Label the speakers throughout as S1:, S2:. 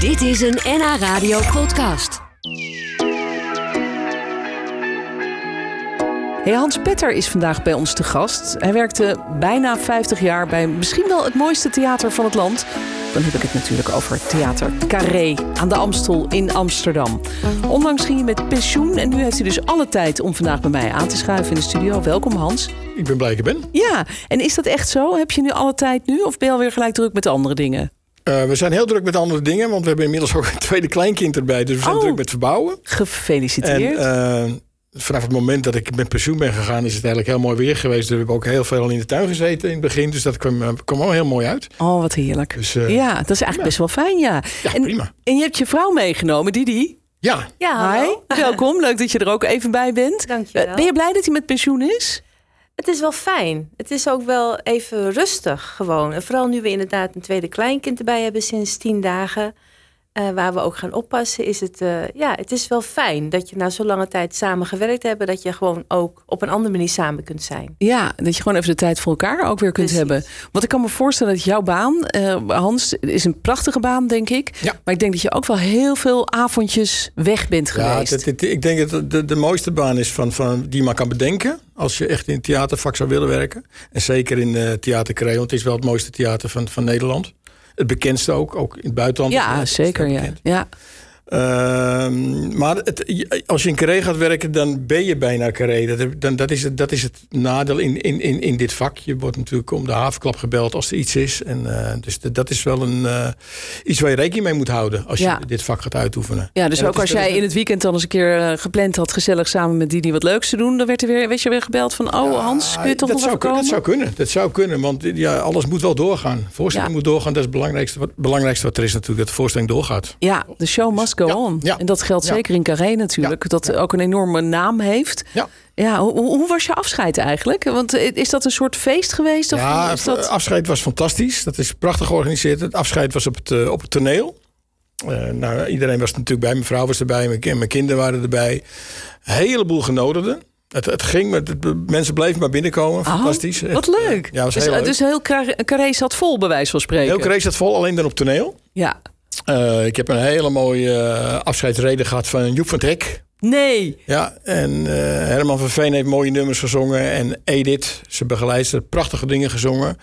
S1: Dit is een NH Radio podcast.
S2: Hey, Hans Petter is vandaag bij ons te gast. Hij werkte bijna 50 jaar bij misschien wel het mooiste theater van het land. Dan heb ik het natuurlijk over Theater Carré aan de Amstel in Amsterdam. Onlangs ging hij met pensioen en nu heeft hij dus alle tijd om vandaag bij mij aan te schuiven in de studio. Welkom Hans.
S3: Ik ben blij dat ik er ben.
S2: Ja, en is dat echt zo? Heb je nu alle tijd nu of ben je alweer gelijk druk met andere dingen?
S3: Eh, we zijn heel druk met andere dingen, want we hebben inmiddels ook een tweede kleinkind erbij. Dus we zijn
S2: Oh.
S3: druk met verbouwen. En
S2: Gefeliciteerd.
S3: eh, vanaf het moment dat ik met pensioen ben gegaan, is het eigenlijk heel mooi weer geweest. Dus We hebben ook heel veel in de tuin gezeten in het begin. Dus dat kwam, eh, kwam allemaal heel mooi uit.
S2: oh, wat heerlijk.
S3: Dus eh, ja,
S2: ja, dat is eigenlijk best wel fijn, ja. en,
S3: prima.
S2: en je hebt je vrouw meegenomen, Didi.
S3: Ja,
S4: Ja, hallo.
S2: Hi, welkom. Leuk dat je er ook even bij bent.
S4: Dankjewel.
S2: Eh, Ben je blij dat hij met pensioen is?
S4: Het is wel fijn. Het is ook wel even rustig gewoon. En vooral nu we inderdaad een tweede kleinkind erbij hebben sinds tien dagen. eh, waar we ook gaan oppassen, is het, eh, ja, het is wel fijn dat je na zo'n lange tijd samen gewerkt hebt. Dat je gewoon ook op een andere manier samen kunt zijn.
S2: Ja, dat je gewoon even de tijd voor elkaar ook weer kunt
S4: Precies.
S2: hebben. Want ik kan me voorstellen dat jouw baan, eh, Hans, is een prachtige baan, denk ik.
S3: Ja.
S2: Maar ik denk dat je ook wel heel veel avondjes weg bent
S3: ja
S2: geweest.
S3: het- het- ik denk dat het de, de mooiste baan is van, van, die je maar kan bedenken. Als je echt in het theatervak zou willen werken. En zeker in eh Theater Carré, want het is wel het mooiste theater van, van Nederland. Het bekendste ook, ook in het buitenland. is
S2: ja,
S3: het
S2: zeker. Ja.
S3: bekend.
S2: Ja.
S3: Ehm, maar het, je- als je in Carré gaat werken, dan ben je bijna Carré. Dat, heb- dan, dat, is, het, dat is het nadeel in, in, in, in dit vak. Je wordt natuurlijk om de havenklap gebeld als er iets is. En, eh, dus dat- dat is wel een, eh, iets waar je rekening mee moet houden als
S2: Ja.
S3: je dit vak gaat uitoefenen.
S2: ja, dus
S3: En dat
S2: ook als
S3: is- dat is-
S2: jij in het weekend dan eens een keer eh, gepland had, gezellig samen met Didi wat leuks te doen, dan werd er weer, werd je weer gebeld van, oh Hans, kun je toch
S3: Ah, dat
S2: nog
S3: zou,
S2: even
S3: kun-
S2: komen?
S3: dat zou kunnen, dat zou kunnen. Want ja, alles moet wel doorgaan. Voorstelling
S2: Ja.
S3: moet doorgaan. Dat is het belangrijkste wat, belangrijkste wat er is natuurlijk, dat de voorstelling doorgaat.
S2: Ja, de show must go
S3: Ja,
S2: on.
S3: ja.
S2: en dat geldt
S3: Ja.
S2: zeker in Carré natuurlijk,
S3: Ja,
S2: dat ook een enorme naam heeft.
S3: Ja.
S2: Ja, hoe, hoe- hoe was je afscheid eigenlijk? Want eh, is dat een soort feest geweest? Of
S3: ja,
S2: is dat...
S3: het afscheid was fantastisch. Dat is prachtig georganiseerd. Het afscheid was op het, eh, op het toneel. Eh, nou, iedereen was er natuurlijk bij. Mijn vrouw was erbij. Mijn, kin- mijn kinderen waren erbij. Een heleboel genodigden. Het, het ging, met, het- mensen bleven maar binnenkomen.
S2: Oh,
S3: Fantastisch.
S2: Wat
S3: Echt, eh,
S2: leuk.
S3: Ja, was
S2: dus,
S3: heel leuk.
S2: dus heel Car- Carré zat vol, bij wijze van spreken.
S3: heel crazy dat vol, alleen dan op toneel.
S2: Ja.
S3: Eh, ik heb een hele mooie eh, afscheidsreden gehad van Joep van het Hek.
S2: Nee.
S3: Ja, en eh, Herman van Veen heeft mooie nummers gezongen. En Edith, ze begeleidt prachtige dingen gezongen.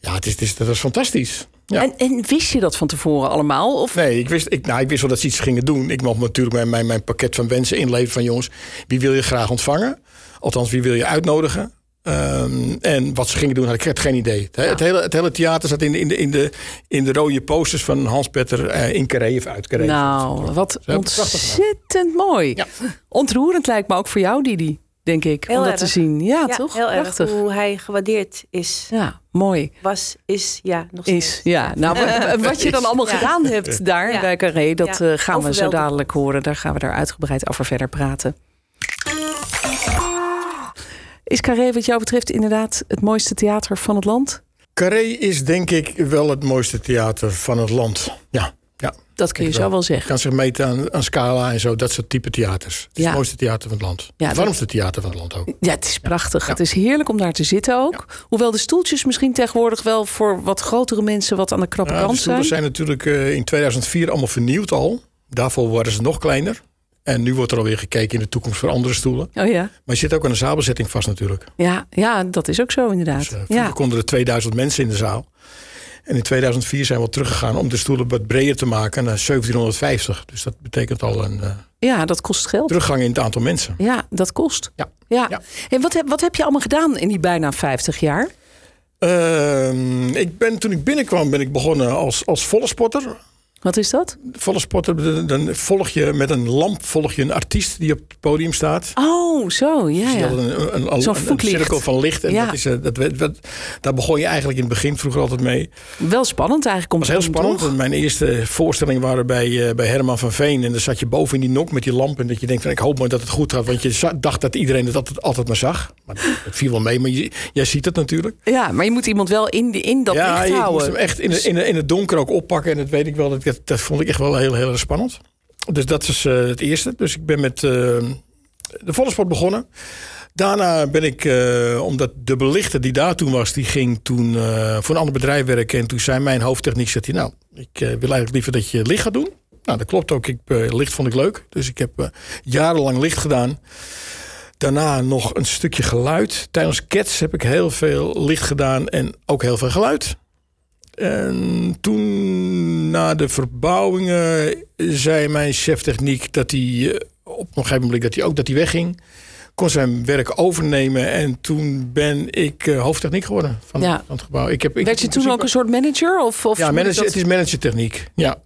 S3: Ja, het is, het is, dat was fantastisch. Ja.
S2: En, en wist je dat van tevoren allemaal? Of...
S3: Nee, ik wist, ik, nou, ik wist wel dat ze iets gingen doen. Ik mocht natuurlijk mijn, mijn, mijn pakket van wensen inleveren van jongens. Wie wil je graag ontvangen? Althans, wie wil je uitnodigen? Ehm, en wat ze gingen doen, had ik echt geen idee. Het, het hele, het hele theater zat in, de- in, de, in, de, in de rode posters van Hans Petter eh, in Carré of uit Carré.
S2: Nou, wat
S3: hebben het prachtig
S2: ontzettend mooi.
S3: Ja.
S2: Ontroerend lijkt me ook voor jou, Didi, denk ik,
S4: Heel
S2: om dat
S4: erg.
S2: te zien. Ja,
S4: ja,
S2: toch?
S4: heel
S2: Prachtig.
S4: erg hoe hij gewaardeerd is.
S2: Ja, mooi.
S4: Was, is, ja, nog steeds.
S2: Is, ja. Nou, wa- wa- wat je dan allemaal
S4: Ja.
S2: gedaan hebt daar
S4: Ja.
S2: bij Carré, dat eh,
S4: Ja.
S2: gaan we zo
S4: Overweldigend.
S2: dadelijk horen. Daar gaan we daar uitgebreid over verder praten. Is Carré wat jou betreft inderdaad het mooiste theater van het land?
S3: Carré is denk ik wel het mooiste theater van het land. Ja, ja.
S2: Dat kun je
S3: Ik
S2: zo
S3: wel.
S2: wel
S3: Je
S2: zeggen.
S3: kan zich meten aan, aan Scala en zo, dat soort type theaters. Het, is
S2: Ja.
S3: het mooiste theater van het land.
S2: Ja,
S3: het warmste theater van het land ook.
S2: Ja, het is prachtig. Het is heerlijk om daar te zitten ook. Hoewel de stoeltjes misschien tegenwoordig wel voor wat grotere mensen wat aan de krappe
S3: Ja, de
S2: kant
S3: stoelen
S2: zijn.
S3: zijn natuurlijk eh, in 2004 allemaal vernieuwd al. Daarvoor waren ze nog kleiner. En nu wordt er alweer gekeken in de toekomst voor andere stoelen.
S2: Oh ja.
S3: Maar je zit ook aan een zaalbezetting vast natuurlijk.
S2: Ja, ja, dat is ook zo inderdaad.
S3: Dus, eh, vroeger
S2: ja.
S3: konden er 2000 mensen in de zaal. En in 2004 zijn we al teruggegaan om de stoelen wat breder te maken naar 1750. Dus dat betekent al een eh,
S2: ja, dat kost geld.
S3: teruggang in het aantal mensen.
S2: Ja, dat kost.
S3: Ja.
S2: ja.
S3: Ja.
S2: En wat heb, wat heb je allemaal gedaan in die bijna 50 jaar?
S3: Ehm, ik ben, toen ik binnenkwam ben ik begonnen als, als volle spotter.
S2: Wat is dat?
S3: Volle spotter, dan- dan volg je met een lamp volg je een artiest die op het podium staat.
S2: Oh, zo, ja,
S3: Dus je
S2: ja.
S3: had een, een, een,
S2: Zo'n
S3: een- een
S2: voetlicht.
S3: cirkel van licht. En
S2: Ja.
S3: dat is, eh, dat, werd- werd- daar begon je eigenlijk in het begin vroeger altijd mee.
S2: Wel spannend eigenlijk. Om
S3: Het was
S2: te
S3: heel
S2: doen,
S3: spannend.
S2: toch?
S3: want Mijn eerste voorstellingen waren bij, eh, bij Herman van Veen. En dan zat je boven in die nok met die lamp. En dat je denkt, van, ik hoop maar dat het goed gaat. Want je za- dacht dat iedereen het altijd, altijd maar zag. Maar het viel wel mee, maar je, jij ziet het natuurlijk.
S2: Ja, maar je moet iemand wel in, die, in dat
S3: ja,
S2: licht
S3: ik moest
S2: houden. Dus-
S3: hem echt in, de- in, de- in het donker ook oppakken. En dat weet ik wel. Dat, dat, dat vond ik echt wel heel, heel erg spannend. Dus dat is eh, het eerste. Dus ik ben met eh, de volle sport begonnen. Daarna ben ik, eh, omdat de belichter die daar toen was, die ging toen eh, voor een ander bedrijf werken. En toen zei mijn hoofdtechniek, zegt hij, nou, ik eh, wil eigenlijk liever dat je licht gaat doen. Nou, dat klopt ook. Ik, eh, licht vond ik leuk. Dus ik heb eh, jarenlang licht gedaan. Daarna nog een stukje geluid. Tijdens Cats heb ik heel veel licht gedaan en ook heel veel geluid. En toen, na de verbouwingen, zei mijn chef techniek dat hij eh, op een gegeven moment dat hij ook dat hij wegging. Kon zijn werk overnemen en toen ben ik eh, hoofdtechniek geworden van,
S2: Ja.
S3: van het gebouw. Ik heb, ik,
S2: Werd je
S3: in
S2: toen ook
S3: principe-
S2: een soort manager? Of, of
S3: Ja,
S2: moet ik
S3: manager,
S2: dat-
S3: het is managertechniek. Ja.
S2: ja.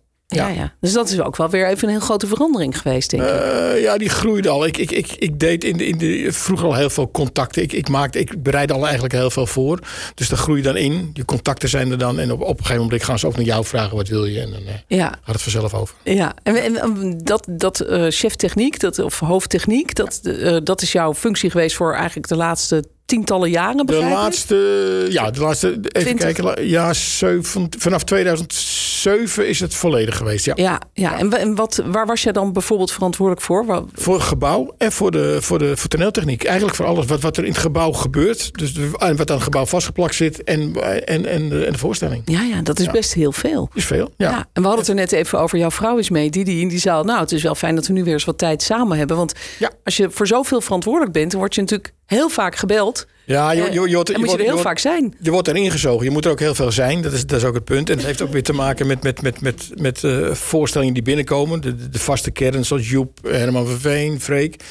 S2: Ja, Dus dat is ook wel weer even een heel grote verandering geweest, denk ik.
S3: Eh, ja, die groeide al. Ik, ik, ik, ik deed in de, in de, vroeger al heel veel contacten. Ik, ik, maakte, ik bereidde al eigenlijk heel veel voor. Dus daar groei je dan in. Je contacten zijn er dan. En op, op een gegeven moment gaan ze ook naar jou vragen: wat wil je? En dan eh,
S2: ja,
S3: gaat het vanzelf over.
S2: ja. En, en- en dat, dat eh, chef techniek, dat, of hoofdtechniek, dat, eh, dat is jouw functie geweest voor eigenlijk de laatste tientallen jaren,
S3: De
S2: begrijp ik?
S3: laatste, ja, de laatste, even
S2: 20.
S3: kijken. la- Ja, zeven, vanaf 2007 is het volledig geweest. Ja.
S2: Ja, ja. en, wa- en wat, waar was jij dan bijvoorbeeld verantwoordelijk voor? Wa-
S3: Voor het gebouw en voor, de, voor, de, voor toneeltechniek. Eigenlijk voor alles wat, wat er in het gebouw gebeurt. Dus de- en wat aan het gebouw vastgeplakt zit en, en, en, de, en de voorstelling.
S2: Ja, ja, dat is
S3: Ja.
S2: best heel veel.
S3: Is veel.
S2: Ja.
S3: ja.
S2: en we hadden het er net even over. Jouw vrouw is mee, die, die in die zaal. Nou, het is wel fijn dat we nu weer eens wat tijd samen hebben. Want
S3: Ja.
S2: als je voor zoveel verantwoordelijk bent, dan word je natuurlijk heel vaak gebeld.
S3: Ja, je, je,
S2: Eh,
S3: je, wordt-
S2: en
S3: je
S2: moet je
S3: wordt-
S2: er heel
S3: je wordt-
S2: vaak zijn.
S3: Je wordt erin gezogen. Je moet er ook heel veel zijn. Dat is, dat is ook het punt. En het heeft ook weer te maken met, met, met, met, met eh, voorstellingen die binnenkomen. De, de- de vaste kern, zoals Joep, Herman Verveen, Freek.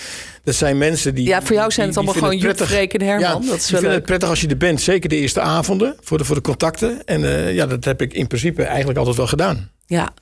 S3: Dat zijn mensen die.
S2: Ja, voor jou zijn het
S3: die- die
S2: allemaal
S3: vinden
S2: gewoon Joep,
S3: prettig.
S2: Freek en Herman.
S3: Ja,
S2: dat is
S3: die
S2: wel
S3: vinden
S2: leuk.
S3: het prettig als je er bent. Zeker de eerste avonden voor de, voor de contacten. En eh, ja, dat heb ik in principe eigenlijk altijd wel gedaan.
S2: Ja,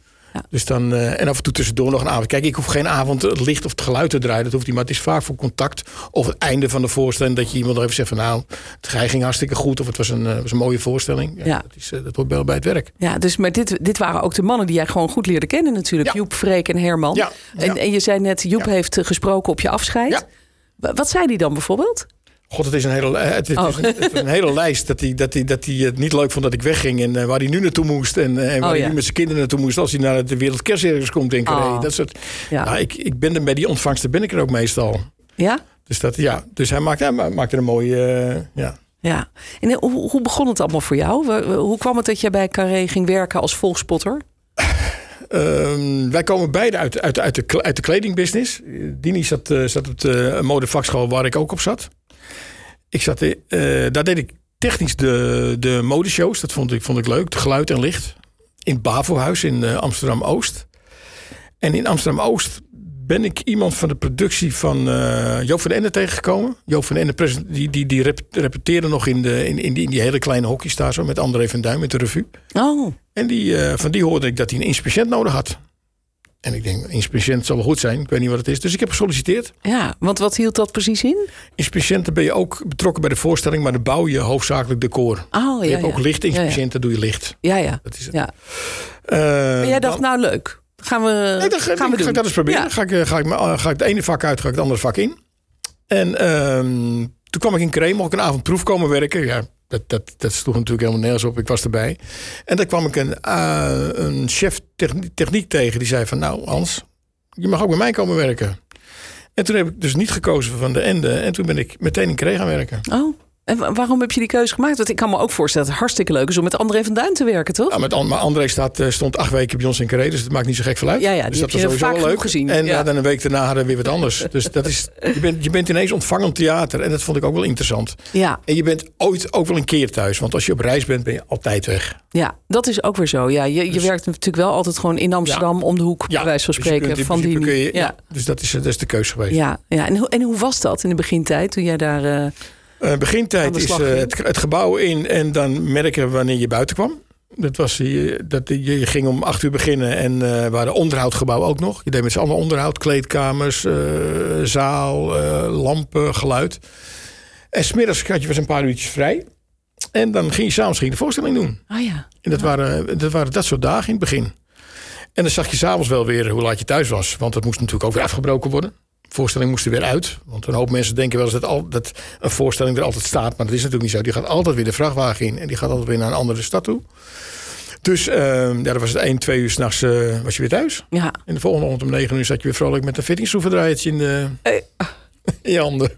S3: Dus dan, eh, en af en toe tussendoor nog een avond. Kijk, ik hoef geen avond het licht of het geluid te draaien. Dat hoeft niet. Maar het is vaak voor contact. Of het einde van de voorstelling. Dat je iemand nog even zegt van nou, het hij ging hartstikke goed. Of het was een, eh, was een mooie voorstelling. Ja,
S2: Ja.
S3: Dat, is, eh, dat hoort wel bij het werk.
S2: ja dus, maar dit, dit waren ook de mannen die jij gewoon goed leerde kennen natuurlijk.
S3: Ja.
S2: Joep, Freek en Herman.
S3: Ja,
S2: En,
S3: ja.
S2: en je zei net, Joep
S3: Ja.
S2: heeft eh, gesproken op je afscheid.
S3: Ja.
S2: Wa- Wat zei die dan bijvoorbeeld?
S3: God, het is een hele, li- het, het
S2: Oh.
S3: is een, het is een hele lijst dat hij, dat, hij, dat hij het niet leuk vond dat ik wegging. En eh, waar hij nu naartoe moest. En, eh, en
S2: Oh,
S3: waar hij
S2: ja.
S3: nu met zijn kinderen naartoe moest. Als hij naar het Wereldkerstcircus komt. Denk ik,
S2: Oh.
S3: hey, dat soort.
S2: Ja.
S3: Nou, ik, ik ben er bij die ontvangsten ben ik er ook meestal.
S2: Ja?
S3: Dus, dat, ja. dus hij maakt, hij maakt er een mooie... eh, ja.
S2: Ja. En eh, hoe, hoe begon het allemaal voor jou? Wa- wa- Hoe kwam het dat jij bij Carré ging werken als volgspotter?
S3: Ehm, wij komen beide uit, uit, uit, de, kle- uit de kledingbusiness. Eh, Dini zat, eh, zat op de eh, modevakschool waar ik ook op zat. Ik zat in- eh, daar deed ik technisch de, de modeshows. Dat vond ik, vond ik leuk. De geluid en licht. In het Bavohuis in eh, Amsterdam Oost. En in Amsterdam Oost ben ik iemand van de productie van eh, Joop van den Ende tegengekomen. Joop van den Ende presen- die, die, die rep- repeteerde nog in, de, in, in, die, in die hele kleine hokjes daar zo met André van Duin met de revue.
S2: Oh,
S3: En die, eh, van die hoorde ik dat hij een inspecient nodig had. En ik denk, inspecient zal wel goed zijn. Ik weet niet wat het is. Dus ik heb gesolliciteerd.
S2: ja. Want wat hield dat precies in?
S3: Inspiciënten ben je ook betrokken bij de voorstelling, maar dan bouw je hoofdzakelijk decor.
S2: Oh,
S3: je
S2: ja,
S3: hebt
S2: ja.
S3: ook lichtinspiciënten, doe je licht.
S2: Ja, ja.
S3: Dat is het.
S2: ja.
S3: Eh,
S2: En jij dacht,
S3: dan-
S2: nou leuk. Gaan we,
S3: Nee, dan ga,
S2: eh, gaan we
S3: ik,
S2: doen.
S3: ga ik dat eens proberen.
S2: Ja.
S3: Ga, ik, eh, ga, ik, me- eh, ga ik het ene vak uit, ga ik het andere vak in. En ehm, toen kwam ik in Kreem, mocht ik een avond proef komen werken. Ja, dat, dat, dat sloeg natuurlijk helemaal nergens op. Ik was erbij. En daar kwam ik een, eh, een chef techni- techniek tegen. Die zei van, nou Hans, je mag ook bij mij komen werken. En toen heb ik dus niet gekozen van de ende. En toen ben ik meteen in Kreem gaan werken.
S2: Oh, en wa- waarom heb je die keuze gemaakt? Want ik kan me ook voorstellen dat het hartstikke leuk is om met André van Duin te werken, toch?
S3: Ja, met An- maar André staat, eh, stond acht weken bij ons in Carré, dus dat maakt niet zo gek veel uit.
S2: Ja, ja, die
S3: dus
S2: heb je vaak
S3: wel
S2: genoeg gezien,
S3: En
S2: ja.
S3: ja, dan een week daarna hadden we weer wat anders. dus dat is, je, bent, je bent ineens ontvangend theater en dat vond ik ook wel interessant.
S2: Ja,
S3: En je bent ooit ook wel een keer thuis, want als je op reis bent, ben je altijd weg.
S2: ja, dat is ook weer zo. Ja, je, je werkt natuurlijk wel altijd gewoon in Amsterdam om de hoek, bij wijze van
S3: dus je
S2: spreken.
S3: kunt in
S2: van die,
S3: principe kun je- ja.
S2: ja.
S3: dus dat is, dat is de keuze geweest.
S2: Ja, ja. En, hoe, en hoe was dat in de begintijd toen jij daar... eh,
S3: Eh,
S2: Aan
S3: begintijd
S2: de
S3: is
S2: slag
S3: eh,
S2: ging.
S3: het, het gebouw in en dan merken wanneer je buiten kwam. Dat was, je, dat, eh, je je ging om acht uur beginnen en eh waren onderhoudgebouw ook nog. Je deed met z'n allen onderhoud, kleedkamers, eh, zaal, eh, lampen, geluid. En smiddags had je was een paar uurtjes vrij. En dan ging je s'avonds de voorstelling doen.
S2: Ah ja,
S3: En dat, waren, dat waren dat soort dagen in het begin. En dan zag je s'avonds wel weer hoe laat je thuis was. Want dat moest natuurlijk ook weer afgebroken worden. De voorstelling moest er weer uit. Want een hoop mensen denken wel eens dat, al, dat een voorstelling er altijd staat. Maar dat is natuurlijk niet zo. Die gaat altijd weer de vrachtwagen in. En die gaat altijd weer naar een andere stad toe. Dus ehm ja, dan was het 1, 2 uur s'nachts eh was je weer thuis.
S2: ja.
S3: En de volgende ochtend om 9 uur zat je weer vrolijk met een fittingsoeverdraaitje in de...
S2: Eh.
S3: in je handen.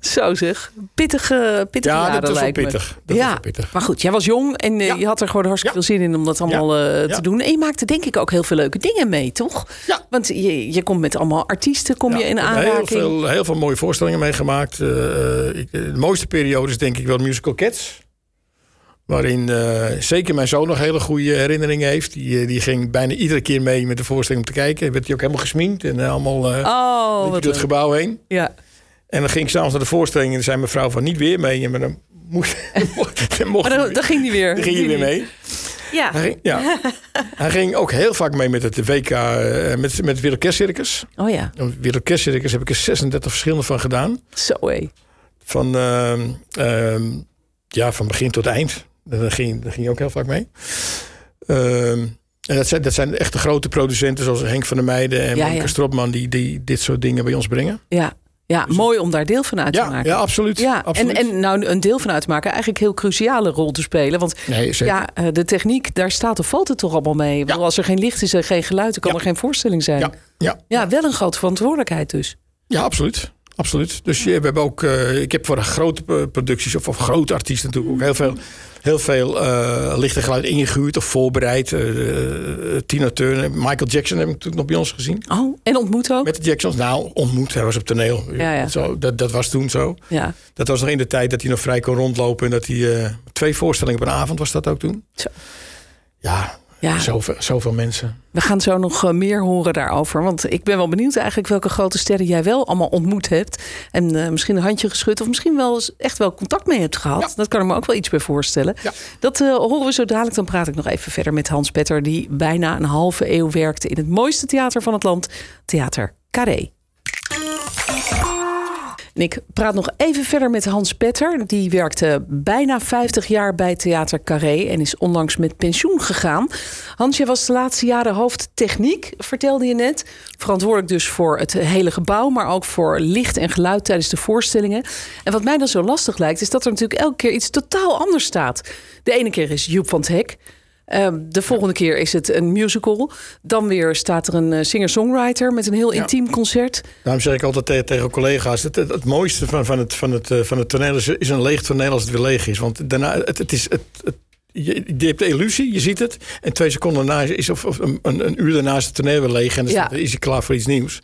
S2: Zo zeg. Pittige, pittige
S3: Ja,
S2: jaren
S3: dat was wel
S2: lijkt me.
S3: pittig. Dat
S2: ja.
S3: was wel pittig.
S2: Maar goed, jij was jong en eh,
S3: Ja.
S2: je had er gewoon hartstikke
S3: Ja.
S2: veel zin in om dat allemaal eh,
S3: Ja.
S2: te doen. En je maakte denk ik ook heel veel leuke dingen mee, toch?
S3: Ja.
S2: Want je, je komt met allemaal artiesten kom je
S3: Ja,
S2: in
S3: ik heb Heel
S2: aanraking.
S3: veel, heel veel mooie voorstellingen meegemaakt. Eh, ik- de mooiste periode is denk ik wel Musical Cats. Waarin eh, zeker mijn zoon nog hele goede herinneringen heeft. Die, eh, die ging bijna iedere keer mee met de voorstelling om te kijken. Werd hij ook helemaal gesminkt en eh, allemaal eh, liep
S2: Oh,
S3: hij
S2: wat
S3: door het
S2: leuk.
S3: gebouw heen.
S2: Ja.
S3: En dan ging ik s'avonds naar de voorstelling en dan zei mijn vrouw van niet weer mee. En dan moest, dan mocht
S2: Maar
S3: hij
S2: dan,
S3: weer.
S2: dan ging die weer.
S3: Dan ging je weer mee.
S4: Ja,
S3: Hij ging, ja. hij ging ook heel vaak mee met het WK, eh, met, met het Wereldkerstcircus.
S2: Oh ja,
S3: Een Wereldkerstcircus heb ik er 36 verschillende van gedaan.
S2: zo hé.
S3: Van, ehm, ehm, ja, van begin tot eind. Daar ging, daar ging je ook heel vaak mee. Ehm, en dat zijn, dat zijn echt de grote producenten zoals Henk van der Meijden en
S2: Ja,
S3: Monika
S2: ja.
S3: Stropman... Die, die dit soort dingen bij ons brengen.
S2: Ja, ja mooi om daar deel van uit te
S3: Dus- Ja,
S2: maken.
S3: ja absoluut.
S2: Ja, en,
S3: absoluut.
S2: en nou een deel van uitmaken, eigenlijk een heel cruciale rol te spelen. Want
S3: nee, zeker.
S2: ja, eh, de techniek, daar staat of valt het toch allemaal mee. Ik bedoel, Als er geen licht is en geen geluid, dan kan
S3: Ja.
S2: er geen voorstelling zijn.
S3: Ja, ja.
S2: Ja, wel een grote verantwoordelijkheid dus.
S3: Ja, absoluut. Absoluut. Dus je, we hebben ook, eh, ik heb voor grote eh, producties of, of grote artiesten natuurlijk ook heel veel, heel veel eh, licht en geluid ingehuurd of voorbereid. Eh, eh, Tina Turner, Michael Jackson heb ik natuurlijk nog bij ons gezien.
S2: Oh, en ontmoet ook.
S3: Met de Jacksons, nou ontmoet, hij was op toneel.
S2: Ja, ja.
S3: Zo, dat, dat was toen zo.
S2: Ja,
S3: Dat was nog in de tijd dat hij nog vrij kon rondlopen en dat hij eh, twee voorstellingen op een avond was dat ook toen.
S2: Zo. Ah.
S3: Ja,
S2: ja.
S3: zoveel, zoveel mensen.
S2: we gaan zo nog eh, meer horen daarover. Want ik ben wel benieuwd eigenlijk welke grote sterren jij wel allemaal ontmoet hebt. En eh, misschien een handje geschud of misschien wel eens echt wel contact mee hebt gehad.
S3: Ja.
S2: Dat kan ik me ook wel iets bij voorstellen.
S3: Ja.
S2: Dat eh, horen we zo dadelijk. Dan praat ik nog even verder met Hans Petter. Die bijna een halve eeuw werkte in het mooiste theater van het land. Theater Carré. En ik praat nog even verder met Hans Petter. Die werkte bijna 50 jaar bij Theater Carré en is onlangs met pensioen gegaan. Hans, jij was de laatste jaren hoofd techniek, vertelde je net. Verantwoordelijk dus voor het hele gebouw, maar ook voor licht en geluid tijdens de voorstellingen. En wat mij dan zo lastig lijkt, is dat er natuurlijk elke keer iets totaal anders staat. De ene keer is Joep van het Hek. Ehm, de volgende keer is het een musical. Dan weer staat er een eh, singer-songwriter met een heel
S3: Ja.
S2: intiem concert.
S3: Daarom zeg ik altijd te- tegen collega's: het, het, het mooiste van, van, het, van, het, eh, van het toneel is, is een leeg toneel als het weer leeg is. Want daarna, het, het is. Het, het- je, je hebt de illusie, je ziet het. En twee seconden daarna is- is of, of een, een een uur daarna is het toneel weer leeg. En dan
S2: Ja.
S3: staat- is hij klaar voor iets nieuws.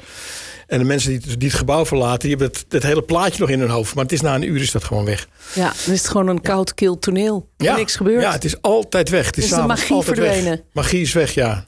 S3: En de mensen die, het- die het gebouw verlaten, die hebben het, het hele plaatje nog in hun hoofd. Maar het is na een uur is dat gewoon weg.
S2: Ja, dan is het gewoon een koud, kil toneel. Ja. Niks gebeurt.
S3: Ja,
S2: Ja,
S3: het is altijd weg. Het is,
S2: Dus de
S3: s'avonds
S2: magie
S3: altijd weg.
S2: verdwenen.
S3: Magie is weg, ja.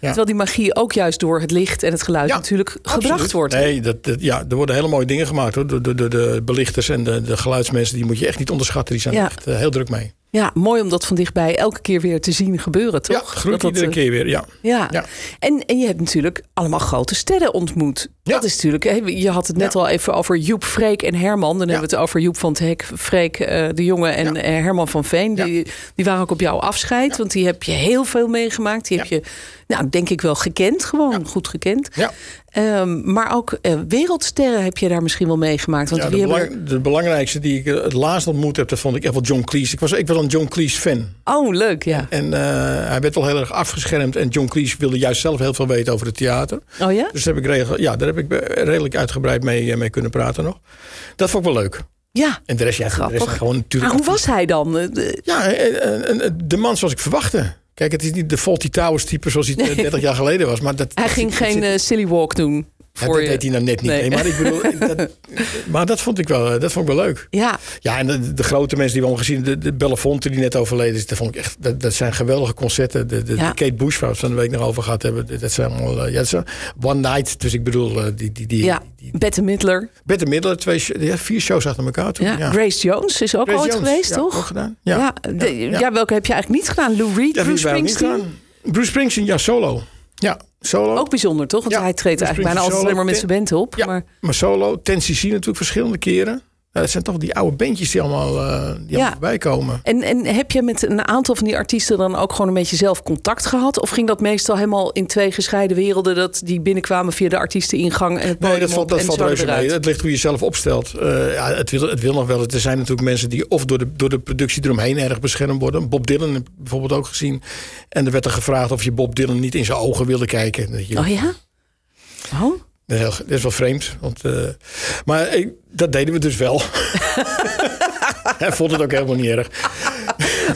S2: Terwijl die magie ook juist door het licht en het geluid
S3: Ja,
S2: natuurlijk gebracht
S3: Absoluut.
S2: wordt.
S3: Nee, dat, dat- ja, er worden hele mooie dingen gemaakt hoor. De, de, de, de belichters en de, de geluidsmensen, die moet je echt niet onderschatten. Die zijn
S2: Ja.
S3: echt eh, heel druk mee.
S2: Ja, mooi om dat van dichtbij elke keer weer te zien gebeuren, toch?
S3: Ja,
S2: Dat
S3: groeit
S2: dat,
S3: iedere
S2: eh,
S3: keer weer. Ja.
S2: Ja.
S3: Ja.
S2: En, en je hebt natuurlijk allemaal grote sterren ontmoet.
S3: Ja.
S2: Dat is natuurlijk, hè, je had het net
S3: Ja.
S2: al even over Joep, Freek en Herman. Dan hebben we het over Joep van het Hek, Freek eh, de Jonge en
S3: Ja.
S2: eh, Herman van Veen. Die, die waren ook op jouw afscheid, want die heb je heel veel meegemaakt. Die
S3: Ja.
S2: heb je, nou, denk ik wel gekend, gewoon goed gekend.
S3: Ja.
S2: Ehm, maar ook eh, wereldsterren heb je daar misschien wel meegemaakt. Want
S3: Ja, de,
S2: wie hebben...
S3: belang- de belangrijkste die ik eh, het laatst ontmoet heb, dat vond ik echt wel John Cleese. Ik was, ik was een John Cleese fan.
S2: Oh, leuk, ja.
S3: En eh, hij werd wel heel erg afgeschermd. En John Cleese wilde juist zelf heel veel weten over het theater.
S2: Oh ja?
S3: Dus daar heb ik, regel- ja, daar heb ik be- redelijk uitgebreid mee, eh, mee kunnen praten nog. Dat vond ik wel leuk.
S2: Ja.
S3: En de rest, ja, de rest
S2: Grappig.
S3: zijn gewoon natuurlijk
S2: Maar hoe was hij dan? Eh, de-
S3: Ja, en- en- en de man zoals ik verwachtte. Kijk, het is niet de Faulty Towers type zoals hij eh, 30 jaar geleden was. Maar dat,
S2: Hij
S3: dat
S2: ging
S3: zit-
S2: geen
S3: zit-
S2: eh, silly walk doen
S3: Ja,
S2: voor
S3: dat
S2: je.
S3: deed hij nou net niet.
S2: Nee.
S3: Nee. maar, ik bedoel, dat, maar dat vond ik wel, eh, dat vond ik wel leuk.
S2: Ja,
S3: Ja, en de, de grote mensen die we allemaal gezien de, de Belafonte die net overleden is, dat, vond ik echt, dat, dat zijn geweldige concerten. De, de,
S2: Ja.
S3: de Kate Bush, waar we het van de week nog over gehad hebben, dat zijn allemaal eh, ja, dat zijn One Night. Dus ik bedoel, eh, die, die, die,
S2: ja.
S3: die,
S2: Bette Midler.
S3: Bette Midler, twee, sh- ja, vier shows achter elkaar toen.
S2: Ja. Grace Jones is ook
S3: Grace
S2: ooit
S3: Jones,
S2: geweest,
S3: ja, ook
S2: toch?
S3: gedaan.
S2: Ja,
S3: Ja,
S2: de-
S3: ja.
S2: ja, welke heb je eigenlijk niet gedaan? Lou Reed,
S3: Ja, wie
S2: Bruce
S3: wij niet
S2: Springsteen?
S3: gedaan. Bruce Springsteen, ja, solo. Ja, solo.
S2: Ook bijzonder, toch? Want
S3: Ja,
S2: hij treedt
S3: Bruce
S2: eigenlijk bijna
S3: Springsteen
S2: altijd alleen maar met zijn band
S3: solo.
S2: op.
S3: Ja,
S2: Maar
S3: maar... solo. 10cc natuurlijk verschillende keren. Ja, dat zijn toch die oude bandjes die allemaal, eh die allemaal voorbij komen.
S2: En, en heb je met een aantal van die artiesten dan ook gewoon een beetje zelf contact gehad? Of ging dat meestal helemaal in twee gescheiden werelden? Dat die binnenkwamen via de artiesteningang en het
S3: Nee,
S2: podium
S3: dat
S2: op
S3: valt, dat
S2: en
S3: valt
S2: zo
S3: reuze
S2: eruit?
S3: mee. Het ligt hoe je jezelf opstelt. Eh, ja, het, wil, het wil nog wel. Er zijn natuurlijk mensen die of door de, door de productie eromheen erg beschermd worden. Bob Dylan heb ik bijvoorbeeld ook gezien. En er werd er gevraagd of je Bob Dylan niet in zijn ogen wilde kijken. Dat je-
S2: Oh ja? Oh?
S3: Dat is, heel, dat is wel vreemd. Want, eh, maar ik- dat deden we dus wel. Hij vond het ook helemaal niet erg.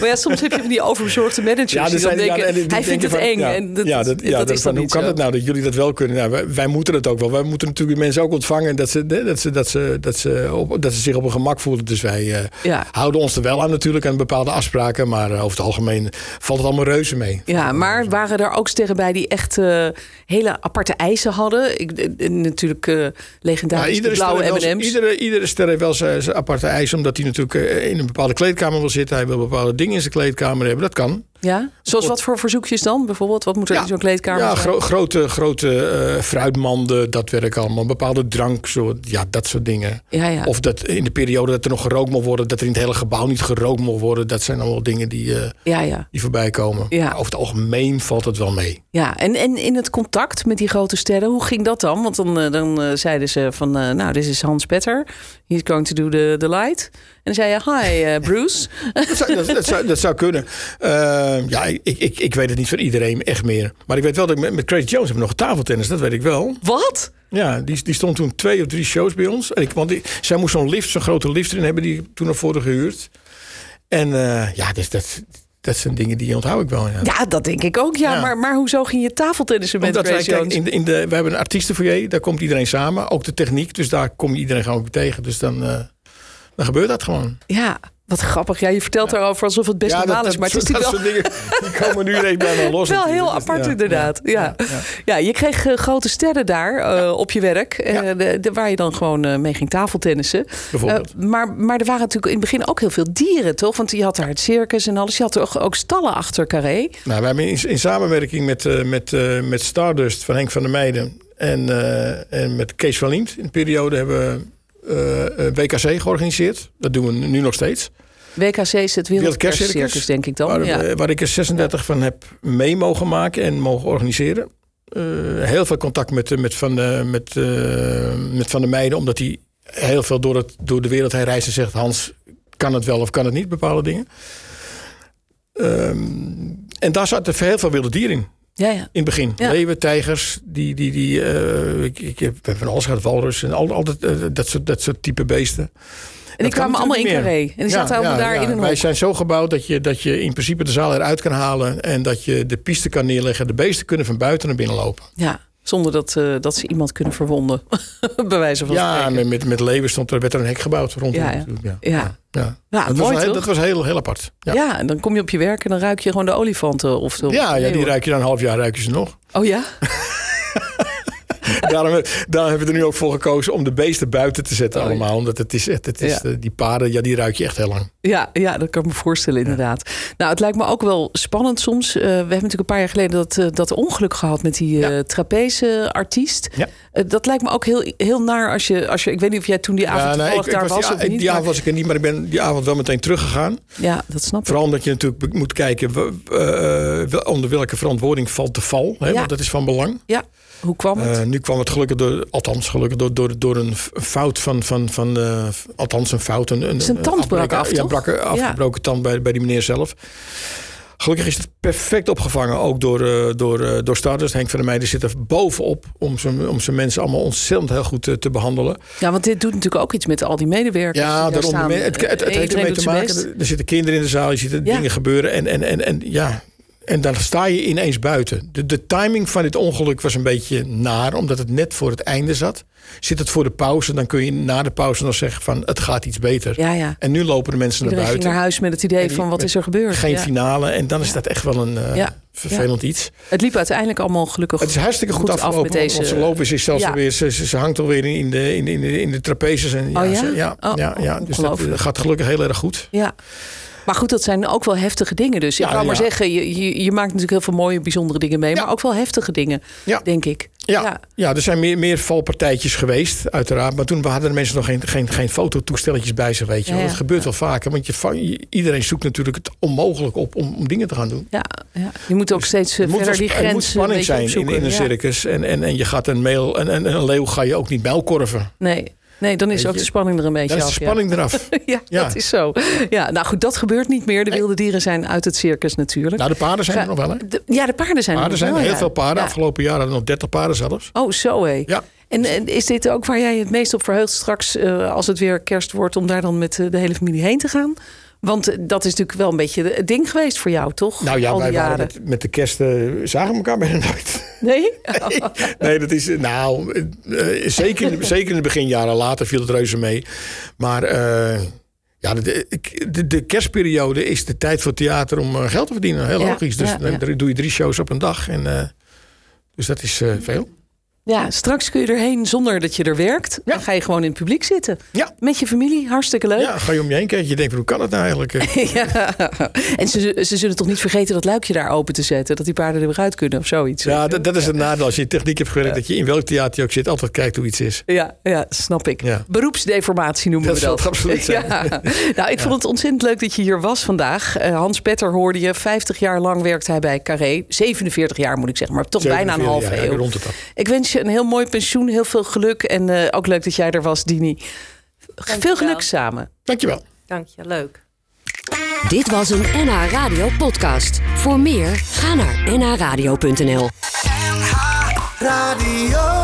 S2: Maar ja, soms heb je van die overbezorgde managers
S3: Ja,
S2: die
S3: dus
S2: dan
S3: ja,
S2: denken,
S3: en die
S2: hij
S3: denken
S2: vindt het
S3: van,
S2: eng.
S3: Ja,
S2: en dat,
S3: ja, dat, ja,
S2: dat
S3: dat
S2: is dan
S3: van, hoe
S2: niet
S3: kan
S2: zo.
S3: het nou dat jullie dat wel kunnen? Nou, wij, wij moeten het ook wel. Wij moeten natuurlijk mensen ook ontvangen dat ze, dat ze, dat ze, dat ze, op, dat ze zich op hun gemak voelen. Dus wij eh,
S2: Ja.
S3: houden ons er wel aan natuurlijk aan bepaalde afspraken. Maar eh, over het algemeen valt het allemaal reuze mee.
S2: Ja, maar waren er ook sterren bij die echt eh, hele aparte eisen hadden? Ik, eh, eh, natuurlijk eh legendarisch de blauwe
S3: Nou, ster heeft wel
S2: M&M's.
S3: zijn- iedere, iedere ster heeft wel zijn, zijn aparte eis. Omdat hij natuurlijk eh, in een bepaalde kleedkamer wil zitten. Hij wil bepaalde dingen in zijn kleedkamer hebben. Dat kan.
S2: Ja? Zoals wat voor verzoekjes dan? Bijvoorbeeld, wat moet er in zo'n kleedkamer
S3: Ja,
S2: zijn?
S3: gro- grote, grote eh, fruitmanden, dat werk allemaal. Bepaalde drank, zo, ja, dat soort dingen.
S2: Ja, ja.
S3: Of dat in de periode dat er nog gerookt mag worden, dat er in het hele gebouw niet gerookt mag worden. Dat zijn allemaal dingen die, eh,
S2: ja, ja.
S3: die voorbij komen.
S2: Ja.
S3: Maar Over het algemeen valt het wel mee.
S2: ja. En, en in het contact met die grote sterren, hoe ging dat dan? Want dan, eh, dan eh, zeiden ze van, eh, nou, dit is Hans Petter. He's going to do the, the light. En dan zei je, hi eh, Bruce.
S3: Dat zou, dat, dat zou, dat zou kunnen. Eh, ja, ik, ik, ik weet het niet van iedereen echt meer. Maar ik weet wel dat ik met, met Craig Jones heb ik nog tafeltennis. Dat weet ik wel.
S2: wat?
S3: Ja, die, die stond toen twee of drie shows bij ons. En ik, want die- zij moest zo'n lift, zo'n grote lift erin hebben, die ik toen nog voor gehuurd. En eh, ja, dus dat, dat zijn dingen die onthoud ik wel. Ja.
S2: Ja, dat denk ik ook, ja.
S3: Ja.
S2: Maar, maar hoezo ging je tafeltennissen met
S3: Omdat wij,
S2: Grace
S3: kijk,
S2: Jones?
S3: in de, in de, we hebben een artiestenfoyer, daar komt iedereen samen. Ook de techniek, dus daar kom je iedereen gewoon weer tegen. Dus dan, eh, dan gebeurt dat gewoon.
S2: Ja, wat grappig. Ja, je vertelt daarover alsof het best
S3: ja,
S2: normaal
S3: dat,
S2: is. Maar het is
S3: dat,
S2: die wel,
S3: dat soort dingen die komen nu ineens bijna los.
S2: wel heel
S3: natuurlijk. Dus,
S2: apart
S3: ja,
S2: inderdaad. Ja, ja, je kreeg eh, grote sterren daar eh, op je werk. eh,
S3: Ja.
S2: de- de- waar je dan gewoon eh, mee ging tafeltennissen.
S3: Bijvoorbeeld.
S2: Eh, maar, maar er waren natuurlijk in het begin ook heel veel dieren, toch? Want je had daar het circus en alles. Je had er ook, ook stallen achter Carré.
S3: Nou, wij hebben in, in samenwerking met, eh, met, eh, met Stardust van Henk van der Meijden en, eh, en met Kees van Liemt in de periode hebben we eh, eh, WKC georganiseerd. Dat doen we nu nog steeds.
S2: WKC is het
S3: Wereldkerstcircus,
S2: Wereldkerstcircus, denk ik dan.
S3: waar,
S2: ja.
S3: eh, waar ik er 36 van heb mee mogen maken en mogen organiseren. Eh, heel veel contact met, eh, met, van, de, met, eh, met Van der Meijden, omdat hij heel veel door, het, door de wereld heen reist en zegt: Hans, kan het wel of kan het niet, bepaalde dingen. Ehm, en daar zaten heel veel wilde dieren in.
S2: ja, ja.
S3: In het begin.
S2: Ja.
S3: Leeuwen, tijgers, die, die, die, eh, ik, ik heb van alles gehad, walrus en al, al dat, eh, dat, soort, dat soort type beesten.
S2: En die kwamen allemaal in Carré. En die zaten allemaal daar in een
S3: Wij
S2: hok.
S3: zijn zo gebouwd dat je, dat je in principe de zaal eruit kan halen en dat je de piste kan neerleggen. De beesten kunnen van buiten naar binnen lopen.
S2: Ja, zonder dat, eh, dat ze iemand kunnen verwonden. Bij wijze van
S3: Ja,
S2: spreken.
S3: met, met, met leeuwen stond er, werd er een hek gebouwd rondom.
S2: Ja, ja.
S3: natuurlijk, ja.
S2: Ja.
S3: Ja.
S2: Ja,
S3: dat,
S2: mooi,
S3: was, heel-
S2: toch?
S3: dat was heel, heel apart. Ja.
S2: Ja.
S3: Ja.
S2: en dan kom je op je werk en dan ruik je gewoon de olifanten. Of zo.
S3: Ja,
S2: Nee,
S3: die
S2: hoor.
S3: ruik je dan een half jaar ruik je ze nog.
S2: Oh ja?
S3: Daarom, daarom hebben we er nu ook voor gekozen om de beesten buiten te zetten
S2: Oh, ja.
S3: allemaal. Omdat het is echt, het is,
S2: Ja.
S3: eh, die paarden, ja, die ruik je echt heel lang.
S2: ja? Ja, dat kan ik me voorstellen inderdaad. Nou, het lijkt me ook wel spannend soms. Eh, we hebben natuurlijk een paar jaar geleden dat, eh, dat ongeluk gehad met die eh trapeze artiest.
S3: Ja.
S2: Eh, dat lijkt me ook heel, heel naar als je, als je... Ik weet niet of jij toen die avond
S3: Ja, nee,
S2: toevallig daar
S3: was
S2: was,
S3: die,
S2: of niet.
S3: die avond
S2: maar-
S3: was ik er niet, maar ik ben die avond wel meteen teruggegaan.
S2: ja, dat snap ik.
S3: Vooral omdat je natuurlijk be- moet kijken w- eh, wel- onder welke verantwoording valt de val. Hè?
S2: Ja.
S3: Want dat is van belang.
S2: Ja, hoe kwam het?
S3: Eh, nu kwam het gelukkig door, althans gelukkig door, door, door een f- fout van, van, van eh, f- althans een fout. Een, een,
S2: Zijn
S3: een
S2: Dus tand brak
S3: afbreken-
S2: af,
S3: Ja,
S2: toch?
S3: brak een afgebroken tand bij, bij die meneer zelf. Gelukkig is het perfect opgevangen, ook door, eh, door, eh, door Stardust. Henk van der Meijden zit er bovenop om zijn, om zijn mensen allemaal ontzettend heel goed eh, te behandelen.
S2: Ja, want dit doet natuurlijk ook iets met al die medewerkers. die
S3: Ja,
S2: daar
S3: daarom. de
S2: staan.
S3: me- Het, het, het
S2: Eh,
S3: heeft
S2: iedereen
S3: ermee
S2: doet
S3: te
S2: zijn best.
S3: maken. Er zitten kinderen in de zaal, je ziet er
S2: Ja.
S3: dingen gebeuren. En, en, en, en, ja. en dan sta je ineens buiten. De, de timing van dit ongeluk was een beetje naar, omdat het net voor het einde zat. Zit het voor de pauze, dan kun je na de pauze nog zeggen van het gaat iets beter.
S2: Ja, ja.
S3: En nu lopen de mensen
S2: Iedereen
S3: naar
S2: ging
S3: buiten.
S2: naar huis met het idee
S3: die-
S2: van wat
S3: met
S2: is er gebeurd.
S3: Geen
S2: Ja.
S3: finale. En dan is dat echt wel een eh,
S2: Ja.
S3: vervelend iets.
S2: Het liep uiteindelijk allemaal gelukkig
S3: Het is hartstikke goed,
S2: af met
S3: afgelopen.
S2: deze-
S3: Want ze lopen zich zelfs
S2: Ja.
S3: alweer. Ze, ze, ze hangt alweer in de, in de, in de, in de trapezes. En ja,
S2: Oh ja?
S3: ze- ja,
S2: Oh,
S3: ja, ja. Dus dat
S2: ongelooflijk.
S3: eh, gaat gelukkig heel erg goed.
S2: Ja. Maar goed, dat zijn ook wel heftige dingen. Dus ik
S3: Ja,
S2: wou maar
S3: ja.
S2: zeggen, je, je, je maakt natuurlijk heel veel mooie, bijzondere dingen mee.
S3: Ja.
S2: Maar ook wel heftige dingen,
S3: Ja.
S2: denk ik.
S3: Ja, ja. er zijn meer, meer valpartijtjes geweest, uiteraard. Maar toen hadden de mensen nog geen, geen, geen fototoestelletjes bij zich, weet je. wel.
S2: Ja, ja.
S3: Dat gebeurt wel vaker, want je, vang- je- iedereen zoekt natuurlijk het onmogelijk op om, om dingen te gaan doen.
S2: Ja, ja. Je moet ook steeds eh,
S3: Dus Er moet,
S2: verder
S3: wel
S2: die
S3: sp- er
S2: grens
S3: moet
S2: een
S3: spanning
S2: beetje
S3: zijn in,
S2: opzoeken.
S3: in een
S2: Ja.
S3: circus. En, en, en je gaat een, mail, en, en, en een leeuw ga je ook niet mijlkorven.
S2: Nee. nee, dan is
S3: Weet
S2: ook
S3: je,
S2: de spanning er een beetje
S3: Dan is de
S2: af. ja.
S3: spanning eraf.
S2: Ja.
S3: Ja.
S2: dat is zo. Ja, nou goed, dat gebeurt niet meer. De wilde dieren zijn uit het circus natuurlijk.
S3: Nou, de paarden zijn er
S2: Ga-
S3: nog wel, hè?
S2: De- ja, de paarden zijn er
S3: Paarden
S2: nog
S3: zijn er
S2: wel,
S3: heel
S2: ja.
S3: veel paarden.
S2: Ja.
S3: Afgelopen jaar hadden we nog 30 paarden zelfs.
S2: Oh, zo hé.
S3: Ja.
S2: En, en is dit ook waar jij het meest op verheugt straks eh, als het weer kerst wordt om daar dan met eh, de hele familie heen te gaan? Want eh, dat is natuurlijk wel een beetje de- het ding geweest voor jou, toch?
S3: Nou ja,
S2: Al die
S3: wij waren
S2: jaren.
S3: met, met de kerst eh, zagen we elkaar bijna nooit.
S2: Nee?
S3: Nee, dat is. eh, Nou, eh, eh, zeker, in de- zeker in de beginjaren later viel het reuze mee. Maar eh, ja, de, de, de kerstperiode is de tijd voor theater om eh, geld te verdienen. Heel
S2: Ja,
S3: logisch. Dus
S2: ja,
S3: dan
S2: ja.
S3: doe je drie shows op een dag. En, eh, dus dat is eh, veel.
S2: Ja, straks kun je erheen zonder dat je er werkt.
S3: Ja.
S2: Dan ga je gewoon in het publiek zitten.
S3: Ja.
S2: Met je familie, hartstikke leuk.
S3: Ja, ga je om je heen kijken. Je denkt, hoe kan het nou eigenlijk? Eh,
S2: Ja. En ze, ze zullen toch niet vergeten dat luikje daar open te zetten. Dat die paarden er weer uit kunnen of zoiets.
S3: Ja, dat, dat is het nadeel. Als je in techniek hebt gewerkt, dat je in welk theater je ook zit, altijd kijkt hoe iets is.
S2: Ja, ja, snap ik.
S3: Ja.
S2: Beroepsdeformatie noemen
S3: Dat
S2: we dat.
S3: zal het absoluut zijn.
S2: Ja. Nou, ik vond het ontzettend leuk dat je hier was vandaag. Eh, Hans Petter hoorde je. 50 jaar lang werkt hij bij Carré. 47 jaar moet ik zeggen, maar toch bijna een
S3: 47
S2: halve
S3: jaar, ja,
S2: eeuw.
S3: rond het af.
S2: Ik wens je een heel mooi pensioen, heel veel geluk. En eh, ook leuk dat jij er was, Dini. Veel
S4: wel.
S2: geluk samen.
S3: Dankjewel.
S4: Dank je, leuk.
S1: Dit was een NH Radio podcast. Voor meer, ga naar nhradio.nl.
S5: NH Radio.